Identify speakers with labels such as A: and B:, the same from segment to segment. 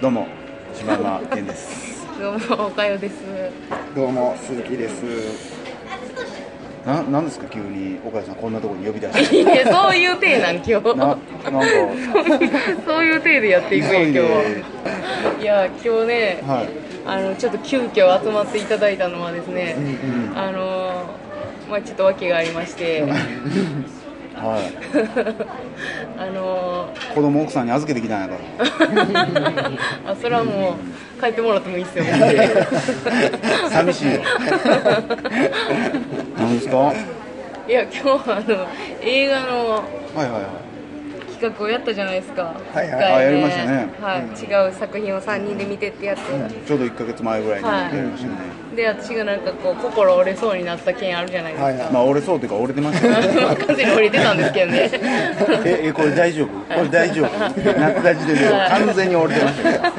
A: どうも柴山健です。
B: どうも、おかよです。
C: どうも鈴木です。
A: ななんですか急に岡田さんこんなところに呼び出 して。
B: いや、そういう体なん、今日。
A: ななんか
B: そういう体でやって
A: 急
B: い
A: い
B: くんや、今日
A: で
B: は。いや、今日ね、
A: はい
B: あの、ちょっと急遽集まっていただいたのはですね。あのー、まあ、ちょっと訳がありまして。
A: は
B: あの
A: い子供奥さんに預けてきたんやか
B: ー、あ、それはもう、帰ってもらってもいいですよ。い
A: ら 寂 しいよ。なんですか。はい
B: や、今日は、あの、映画の。
A: はいはい。
B: 企画をやったじゃないですか。
C: はいはい
B: 一回
A: あやりましたね
B: はい、違う作品を三人で見てってやって。
A: ちょうど一ヶ月前ぐらいに
B: はい
A: やりましたね。
B: で私がなんかこう心折れそうになった件あるじゃない ですか、
C: はいはい
A: まあ折れそうというか折れてましたよね。
B: 完全に折れてたんですけどね
A: ええこれ大丈夫？これ大丈夫？なった時点で完全に折れてました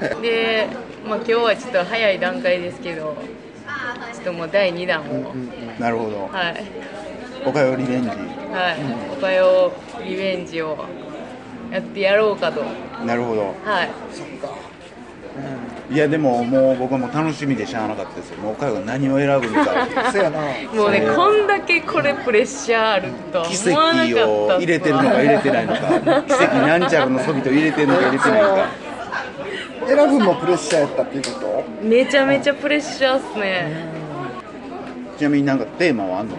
A: けど。
B: で、まあ、今日はちょっと早い段階ですけどちょっともう第2弾を、
A: なるほど。
B: はい
A: 岡よリベンジ。
B: はい「おかようリベンジ」をやってやろうかと
A: なるほど。
B: はい
A: いやでももう僕はもう楽しみでしゃあなかったですよもう彼が何を選ぶのか
C: せやな。
B: もうねこんだけこれプレッシャーあるとは
A: 奇
B: 思わなかったっす
A: 跡を入れてるのか入れてないのか奇跡なんちゃらのそびと入れてるのか入れてないのか
C: 選ぶのプレッシャーやったっていうこ
B: めちゃめちゃプレッシャーっすね
A: ちなみになんかテーマはあんの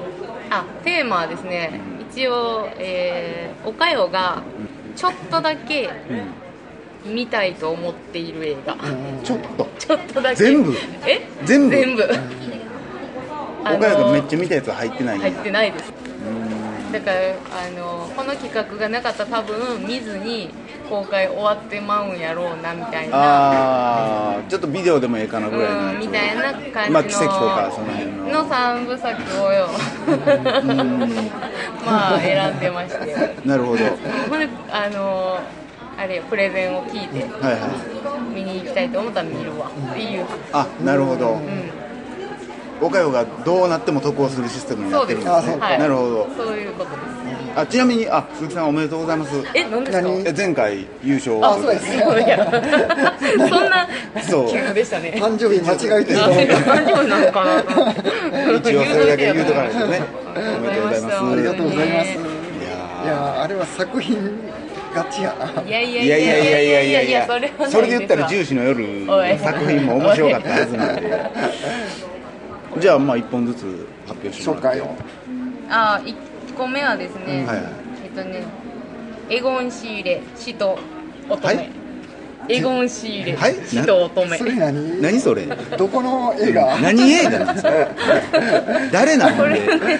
B: あテーマはですね一応、えー、おかよがちょっとだけ見たいと思っている映画、
A: ちょっと
B: ちょっとだけ
A: 全部
B: え
A: 全部
B: 全部あ
A: 岡谷が
B: の
A: めっちゃ見たやつは入ってないん
B: 入
A: や
B: ってないですだからあのこの企画がなかったら多分見ずに公開終わってまうんやろうなみたいな
A: ああちょっとビデオでもええかなぐらいの
B: うん
A: やつ
B: みたいな感じの
A: まあ奇跡とかその辺の
B: の3部作をよ まあ選んでまして
A: なるほどはい
B: ほんであのあれよプレゼンを聞いて
A: はい
B: 見に行きたいと思ったら見るわっていう、
A: あなるほど
B: うん、
A: 岡谷がどうなっても得をするシステムにな
B: そう
A: って
B: で
A: るん
B: す、
A: ですね
B: はい、
A: なるほど
B: そういうことです
A: あちなみにあ鈴木さんおめでとうございます
B: え、なんですか
C: 何
A: え前回優勝
C: と。あ、そうです。
B: いやそんな
A: そう
B: 急でしたね。
C: 誕生日間違えてると
B: あ
C: 思う。
B: 誕生日なのかなと思って。
A: 一応それだけ言うとかないとね
B: あ
A: お
B: り
A: め
B: が
A: でと
B: とう
A: う
B: ご
A: ご
B: ざ
A: ざ
B: い
A: い
B: ま
A: ます
B: した
C: ありがとうございます。
A: い
C: い
A: や
C: やーあれは作品勝ちやな。
B: いやい
A: ー
B: や
A: いやいやいやいやいやいや
B: それはないす
A: それで言ったら
B: わ
A: 10時の夜
B: おい
A: 作品も面白かったはずなんでじゃあまあ1本ずつ発表しま
C: 紹
A: すは
C: 介
A: い
C: を。
B: あ、一個目はですね。
A: はい
B: えっとね、エゴン仕入れ、使徒乙
A: は
B: 女
A: い。
B: エゴン仕入れ
A: はい、
B: 使徒乙女。
C: それ何？
A: 何それ
C: どこの映画？
A: 何映画なんですか誰なの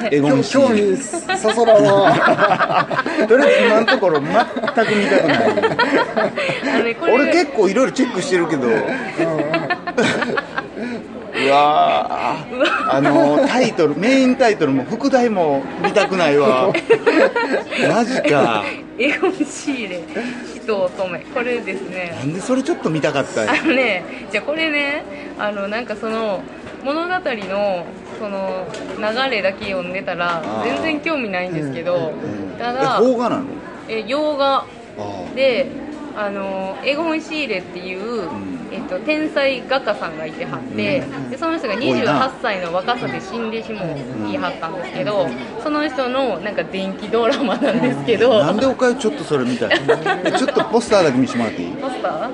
A: でエゴンシ
C: 興
A: ー
C: 味そそら んわ。
A: とりあえず今のところ全く見たくない
B: あのねこれ
A: 俺結構いろいろチェックしてるけど うわーあのタイトルメインタイトルも副題も見たくない わマジか
B: エゴン仕入れ、使徒乙女。これですね。
A: なんでそれちょっと見たかったんや
B: あのね、じゃあこれね、あのなんかその物語のその流れだけ読んでたら
A: あー
B: 全然興味ないんですけど、
A: うん
B: た
A: え
B: だ
A: 邦画なの
B: え洋画
A: あ
B: で。あのエゴン・シーレっていう、
A: ん
B: えっと、天才画家さんがいてはって、でその人が
A: ごいな
B: 28歳の若さで死んでしもいはったんですけど、その人のなんか電気ドラマなんですけど
A: あなんでおかゆちょっとそれ見たいえちょっとポスターだけ見せてもらっていい
B: ポスター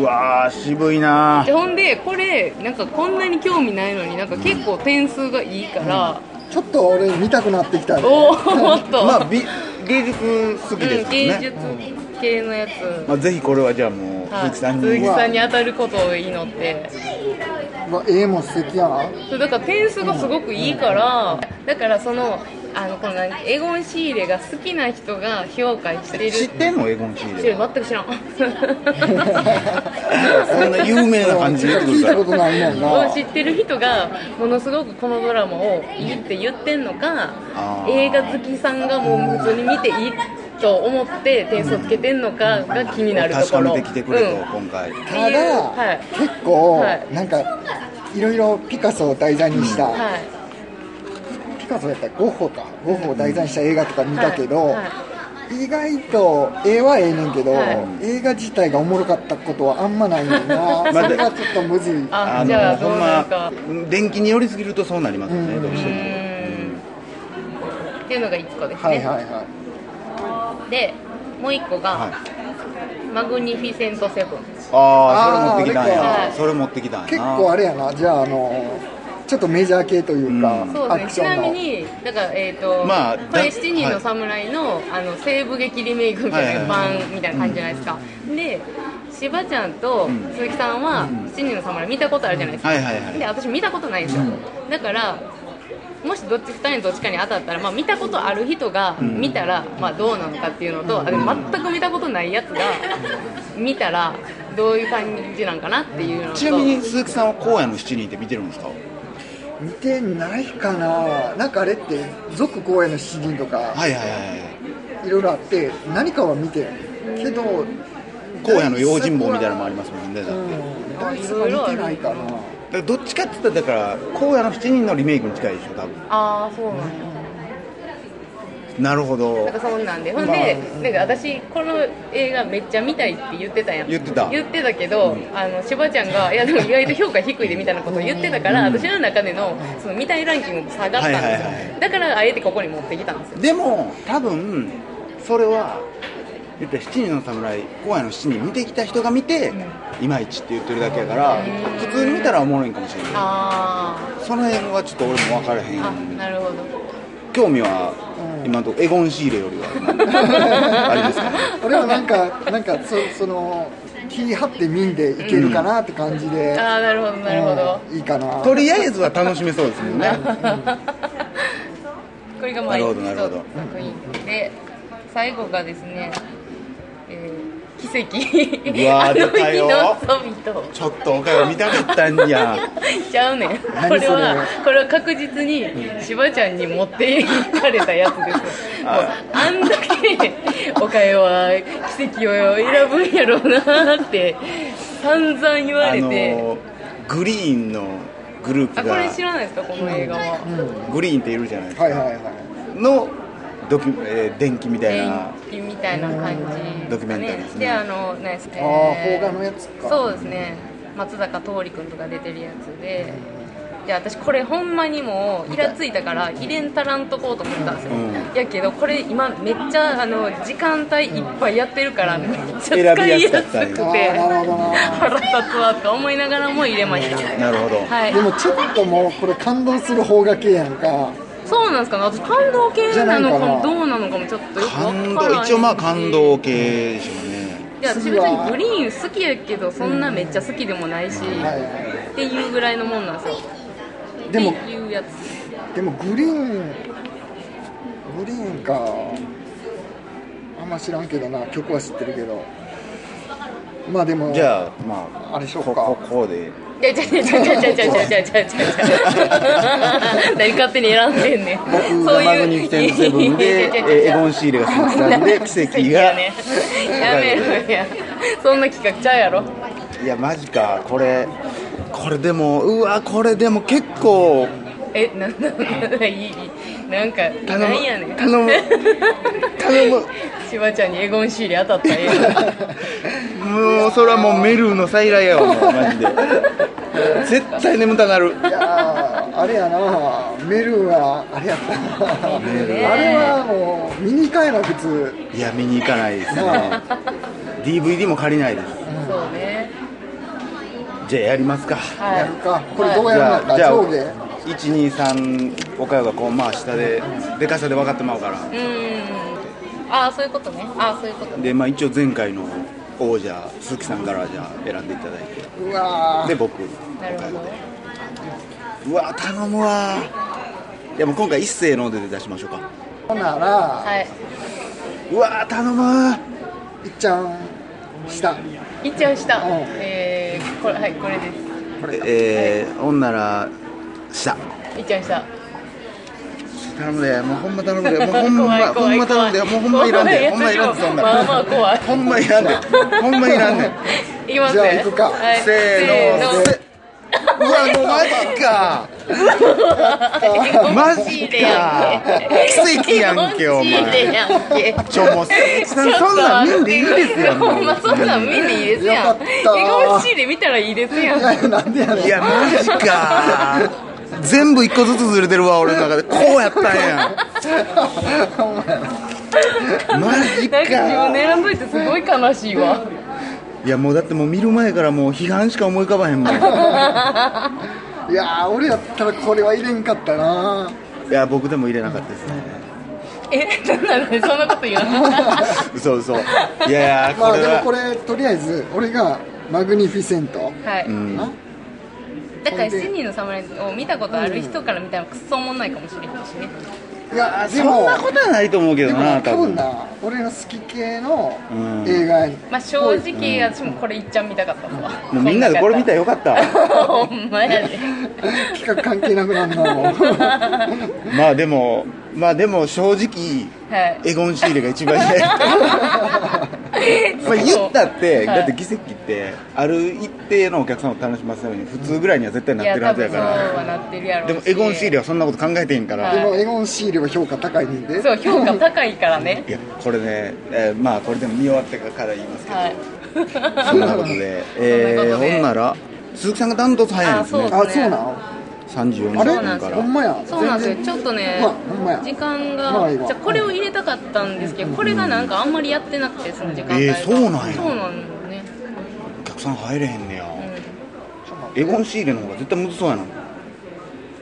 A: うわー渋いな
B: でほんでこれなんかこんなに興味ないのになんか結構点数がいいから、
C: ちょっと俺見たくなってきた。
B: おおっと、
A: まあ美芸術好き
B: う
A: ですよ
B: ん、芸
A: ね、
B: 術系のやつ、
A: まあ、ぜひこれはじゃあもう
B: はい
A: 鈴木さんに
B: 鈴木さんに当たることを祈って
C: まあ絵も素敵やな。
B: そうだから点数がすごくいいからだからそのあのこの何エゴン・シーレが好きな人が評価してる
A: 知ってんのエゴンシー
B: 知
A: レ
B: る全く知らん
A: そんな有名な感じで言ってく
C: 聞
A: る
C: い
A: か
C: た
A: ら
C: ことないもん
B: を
C: な。
B: 知ってる人がものすごくこのドラマをいいって言ってんのか
A: あー
B: 映画好きさんがもう普通に見ていいと思って点数つけてんのかが気に なると
A: 確
B: こ
A: か
B: ろ
A: めてきてくれと、
B: うんった
A: 今回
B: て
C: た
B: いう
C: だ
B: はい
C: 結構
B: はい
C: なんかいろいろピカソを題材にした。
B: はい
C: ピカソやったらゴッホかゴッホを題材にした映画とか見たけど、
B: はいはい
C: 意外と絵はええねんけど、
B: は
C: 映画自体がおもろかったことはあんまないねん なそ
A: だ
C: れがちょっとむずい
B: あ
A: あ
B: じゃあ
A: の
B: ど
A: ほ
B: うんなるか
A: ま電気に寄りすぎるとそうなりますよね
C: うん
A: どうして
B: う
A: も
B: ーんっていうのが1個ですね、
C: はいはいはい
B: でもう1個
A: はい
B: が、マグニフィセントセブン
A: ああそれ持ってきたん
B: あ
A: や
B: ー
A: それ持ってきたん
C: 結
A: やな
C: 構あれやなじゃああのちょっとメジャー系というか、
A: うん
B: そう
C: ア
B: で
C: ク
B: す
C: シ
B: ねち
C: ョン
B: な
C: の
B: みにだからえっ、と、
A: まあ
B: これ
A: だ
B: 7人の侍の,、あの西部劇リメイクみたいな
A: はいはい
B: 版みたいな感じじゃないですか、でしばちゃんと
A: ん
B: 鈴木さんは7人の侍見たことあるじゃないですか、
A: はいはいはい
B: で私見たことないんですよ、だからもしどっち2人のどっちかに当たったら、まあ、見たことある人が見たら、まあ、どうなのかっていうのとあでも全く見たことないや つが見たらどういう感じなんかなっていうのと
A: ちなみに鈴木さんは荒野の七人って見てるんですか
C: 見てないかななんかあれって続公演の詩人とか
A: はいはいはいはい
C: いろいろあって何かは見てるけど
A: 荒野の用心棒みたいなのもありますもんねだ
C: う
A: って
C: ん大数は見てないかな
A: だからどっちかって言ったらだから荒野の七人のリメイクに近いでしょ多分
B: ああそうなんや
A: なるほど
B: なんかそんなんで、ほんで、なんか私、この映画めっちゃ見たいって言ってたやん。
A: 言ってた
B: 言ってたけど、あの、しばちゃんが、いやでも意外と評価低いでみたいなことを言ってたから、私の中での、その見たいランキングも下がったんですよ。
A: はいはいは
B: だから、あえてここに持ってきたんですよ。
A: でも多分それは言ったら七人の侍荒野の七人見てきた人が見て、いまいちって言ってるだけやから普通に見たらおもろいんかもしれない
B: あ
A: その辺はちょっと俺も分からへ
B: あ、あ、
A: ん
B: なるほど。
A: 興味は今のとこエゴン・シーレより はあれですかね
C: 俺はなんかなんかそその気張って見んでいけるかなって感じで、
B: ああ、なるほど、なるほど。
C: うんいいかな
A: とりあえずは楽しめそうですもんね
B: これがまあ、
A: なるほ
B: 一つ
A: どなるほど
B: 作品で、最後がですね、えー、奇跡。
A: うわー
B: あの
A: 出た
B: 日
A: よ
B: の人々。
A: ちょっとおかよ見たかったんや
B: ちゃうねんこ
C: 何それ
B: れはこれは確実にしばちゃんに持っていかれたやつですもう
A: あ
B: あんだけおかよは奇跡を選ぶんやろうなって散々言わ
A: あ
B: れ
A: の
B: て
A: ーグリーンのグルー
B: あ
A: プ
B: これ
A: が
B: 知らないですかこの映画は
A: グリーンっているじゃないですか、
C: はいはいはい
A: のドキュ、えー電気みたいな
B: 電気みたいな感じ
A: ドキュメンタリーですね
B: であの何ですか
C: ああ邦画のやつか
B: そうですね松坂桃李君とか出てるやつでいや私これほんまにもうイラついたから入れんたらんとこうと思ったんですよ、
A: う
B: やけどこれ今めっちゃあの時間帯いっぱいやってるからめっち
A: 選
B: ゃ使
A: び
B: い
A: やすか
B: や
A: っ
B: すく
A: たんや
B: て
C: ああなるほどな
B: 腹立つわと思いながらも入れました
A: なるほど、
B: はい
C: でもちょっともうこれ感動する方が系やんか
B: そうなんですかね私感動系なのかもどうなのかもちょっとよくわから
A: 感
B: ない
A: 動一応まあ感動系でしょうね、
B: いや私別にグリーン好きやけどそんなめっちゃ好きでもないし、
C: はいは
B: っていうぐらいのもんなんですよ
C: いでも
B: っていうやつ
C: でもグリーングリーンかあんま知らんけどな曲は知ってるけどまあでも
A: じゃあまあ
C: あれしようか
A: こここで
B: いや、ちゃちゃちゃちゃちゃちゃちゃちゃちゃちゃ。何勝手に選んでんねん。
A: 僕がマグニフィテンセブンでえーエゴン・シーレが鈴木さんで奇跡が、
B: ね。やめろや。そんな企画ちゃうやろ。
A: いやマジかこれこれでもうわこれでも結構
B: え、なんだ、いい、なんか、
A: 頼む
B: なんやねん。
A: 頼む頼む
B: しばちゃんにエゴン・シーレ当たったらええや
A: もうそれはもうメルーの再来やわもうマジで絶対眠たなる
C: いやーあれやなメルはあれやったなあ
B: ルね
C: れはもう見に帰らな普 通
A: いや見に行かないですね DVD も借りないです
B: んそうね。
A: じゃあやりますか
B: は
C: や
B: い
C: る。かこれど
A: じ
C: うやる
A: ゃ
C: の
A: あ
C: か
A: じゃあ
C: 上下
A: 123岡山がこうまあ下ででかさで分かってまうから
B: うん。ああ、そういうことね。ああ、そういうこと。
A: でまあ一応前回の王者鈴木さんからじゃあ選んでいただいて
C: うわ
A: で僕
B: なるほど。
A: うわ頼むわいやもう今回一斉ので出しましょうか
C: ーほんなら
B: はい。
A: うわ頼む
C: いっちゃんした
B: いっちゃうした
C: うん。
B: えー、これ、はい、これです。
A: えー、ほんなら下
B: いっちゃいました。
A: 頼むでもうほんま頼むでもうほんまほ
B: 怖
A: ん
B: い
A: ま頼むで
B: 怖
A: もうほんまいらんで
B: 怖
A: ほんまいらんでそんな
B: まあまあ怖い。
A: ほんまいらんでほんまいらんで
B: いきます
C: じゃあ行くか
B: はい、
A: せーの
B: せーの
A: せ
C: わもうマジか
A: マ
B: マジ
A: ジ
B: でや
A: か奇跡やんけお前ちょもう鈴木さんそんなん見んでいいですよ
B: ほんまそんなん見んでいいですやん
C: よかった
B: エゴシーで見たらいいですやん
C: なんでやねん
A: いやマジか全部一個ずつずれてるわ俺の中でこうやったんやマジ
B: なんか自分
A: か
B: で選んどいてすごい悲しいわ
A: いやもうだってもう見る前からもう批判しか思い浮かばへんもんい
C: いやー俺やったらこれは入れんかったな
A: や僕でも入れなかったですね
B: えなんでそんなこと言 わない
A: 嘘嘘いやいや
C: ま
A: こ
C: あ
A: れ
C: でもこ
A: は
C: れとりあえず俺がマグニフィセント
B: は
A: う
B: い
A: ん
C: な
B: だから七人の侍を見たことある人から見たらクソもんないかもしれないしね
C: いやで
A: そん
C: も
A: なことはないと思うけ
C: で
A: ど
C: も
A: な
C: な
A: 多
C: 多分
A: 分
C: な俺の好き系の
A: うん
C: 映画やね
B: まあ正直私もこれいっちゃん見たかったわ
A: もうみんなでこれ見たらよかったわ
B: ほんまやで
C: 企画関係なくなんな もん
A: まあでもまあでも正直
B: はい
A: エゴン・シーレが一番嫌やったまあ言ったって、
B: はい
A: だって議席ってある一定のお客さんを楽しませるように普通ぐらいには絶対ないって
B: や
A: るはず
B: 多分
A: や
B: そ
A: か
B: う
A: ら
B: はなってるやろう
A: で
B: し
A: もエゴン・シーレはそんなこと考えてへんから、
B: は
C: でもエゴン・シールは評価高いねんで
B: そう評価高いからね
A: い、やこれね、えーまあこれでも見終わってから言いますけ ど、
B: はい
A: そんなことでえ
B: そんな
A: ー、
B: ことで
A: ほんなら鈴木さんがダントツ早いんです
B: あ
A: ね
B: そ
C: あそうなん
A: 34
C: あれ
A: 分
B: なんで
A: か
B: すよ
A: ら
C: ほんまや
B: そうなんですよ
C: 全
B: ち
C: 然
B: ょっとね
C: まあほんまや
B: 時間
C: ま
B: が
C: あいい
B: じ
C: わ
B: ゃあこれを入れたかったんですけどこれがなんかあんまりやってなくてその時間帯が
A: えーそうなんや
B: そうなんよね
A: お客さん入れへんねや、
B: う
A: エゴン・シーレの方が絶対むずそうやな
B: うん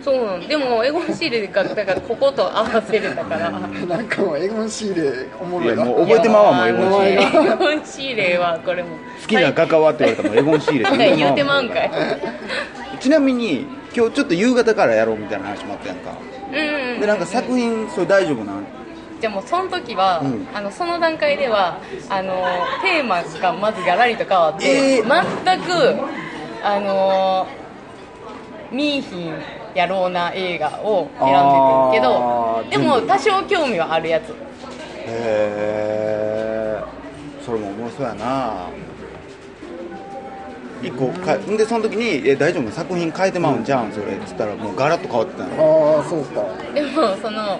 B: そうなんでもエゴンシーレがだからここと合わせれたから
C: なんかもうエゴン・シールおも
A: い
C: ろ
A: や
C: いわ
A: もう覚えてまうわもうエ
B: い
A: ゴン・
B: や
A: シーレ
B: あのエゴンシーレはこれも
A: 好きな画家はって言われたらもうエゴン・シーレ
B: はい
A: って
B: 言うて
A: わ
B: まうんかい
A: ちなみに今日ちょっと夕方からやろうみたいな話もあったやんか
B: うん
A: でなんか作品それ大丈夫なん
B: じゃあもうその時は、
A: うん
B: あのその段階ではあのテーマがまずガラリと変わって、
A: え
B: 全くあの見いひんやろうな映画を
A: あ
B: 選んで
A: ー
B: てるけどでも多少興味はあるやつ
A: へえそれも面白そうやな一個かんでその時に「え大丈夫作品変えてまうんじゃうんそれ」っつったらもうガラッと変わってたの
C: ああそうか
B: でもその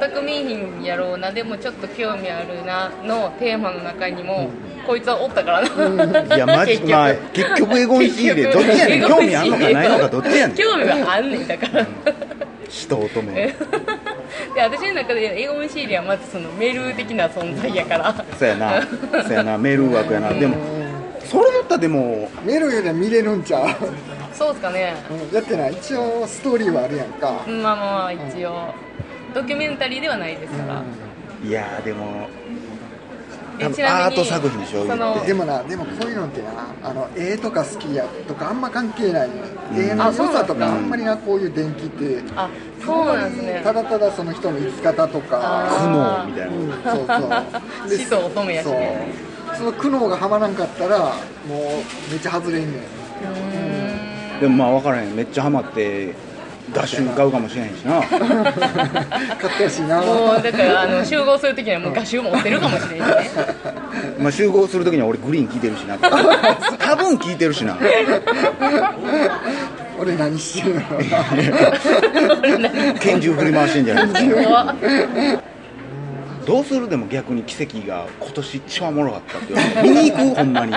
B: 全く見いひんやろうなでもちょっと興味あるなのテーマの中にも、こいつはおったからな、
A: いやマジ
B: 結局
A: まあ 結局エゴン・シーレどっちやねん
B: 結
A: 興
B: 局
A: 味あんのかないの かどっちやねん
B: 興味はあんねんだから、
A: 人乙 女
B: えで私の中で英語ンシーリはまずそのメール的な存在やから
A: そうやなそうやなメール枠やなでもそれだったらでも
C: メロよりは見れるんちゃう
B: そうっすかね
C: うんやってない一応ストーリーはあるやんか
B: まあまあまあ一応ドキュメンタリーではないですから
A: いやーでも
B: え
A: 多分
B: ちなみに
A: アート作品でしょ
B: そ
A: 言
B: の
A: うて
C: でもなでもこういうのってなあの絵とか好きやとかあんま関係ないね絵の
B: あ
C: 良
B: そうなん
C: さ
B: だ
C: とかあんまりなこういう電気って
B: あそうなんですね
C: ただただその人の生き方
A: 苦
C: とか、
A: 悩みたい
C: うん
A: な、
C: そうそう で
B: 子孫乙女やしね
C: そうその苦悩がはまらんかったらもうめっちゃ外れん ねん
B: うーん
A: でもまあ分からへんめっちゃハマって合集買うかもしれへんしな
C: 買ってほしいな
B: もうだからあの集合する時にはもう画集持ってるかもしれないしね
A: まあ集合するときには俺グリーン聞いてるしな多分聞いてるしな
C: 俺何して るの
A: 拳銃振り回してんじゃないですか
B: 怖っ
A: どうするでも逆に奇跡が今年一番おもろかったって言われて見に行くほんまに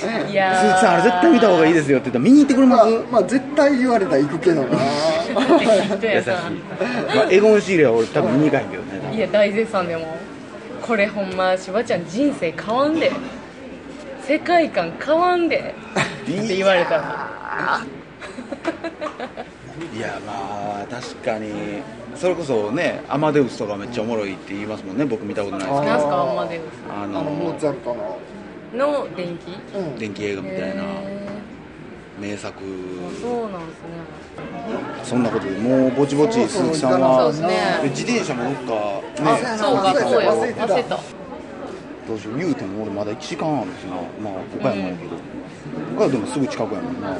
A: 鈴
B: い
A: 木
B: やー
A: さんあれ絶対見た方がいいですよって言ったら見に行ってくれま
C: ますあ、まあ絶対言われたら行くけどな
B: 人
A: 優
B: や
A: しい、
B: さ
A: まあ、エゴンシーレは俺多分見に行かへんけどね
B: いや大絶賛でもこれほんましばちゃん人生変わんで世界観変わんでって言われたら
A: いやまあ確かにそれこそねアマデウスとかめっちゃおもろいって言いますもんね僕見たことないですけど
B: なんすかあんまで
A: あ
C: あのモ
A: の
C: ーツァルトの、
B: の電気
C: うん、
A: 電気映画みたいな
B: へ
A: 名作
B: ーそうなんですね
A: そんなことでもうぼちぼち
C: そうそう
A: 鈴木さん
B: そう
A: は
B: ですね
A: 自転車もどっか
C: あ
A: ね
B: そうかそうよ焦った
A: どうしよう言うても俺まだ1時間あるしなまあ岡山やけど岡山でもすぐ近くやもんな
B: うん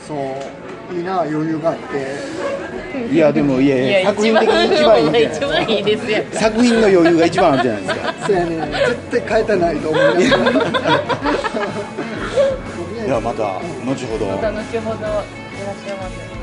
C: そういいな余裕があって
A: いやでもいやいや作品
B: 一番
A: 的に一番いいんじゃない
B: 一番いいです やん
A: 作品の余裕が一番あるじゃ ないですか
C: そうやね絶対変えたないと思うなとり
A: ではまた後ほど
B: また後ほどいらっしゃいませ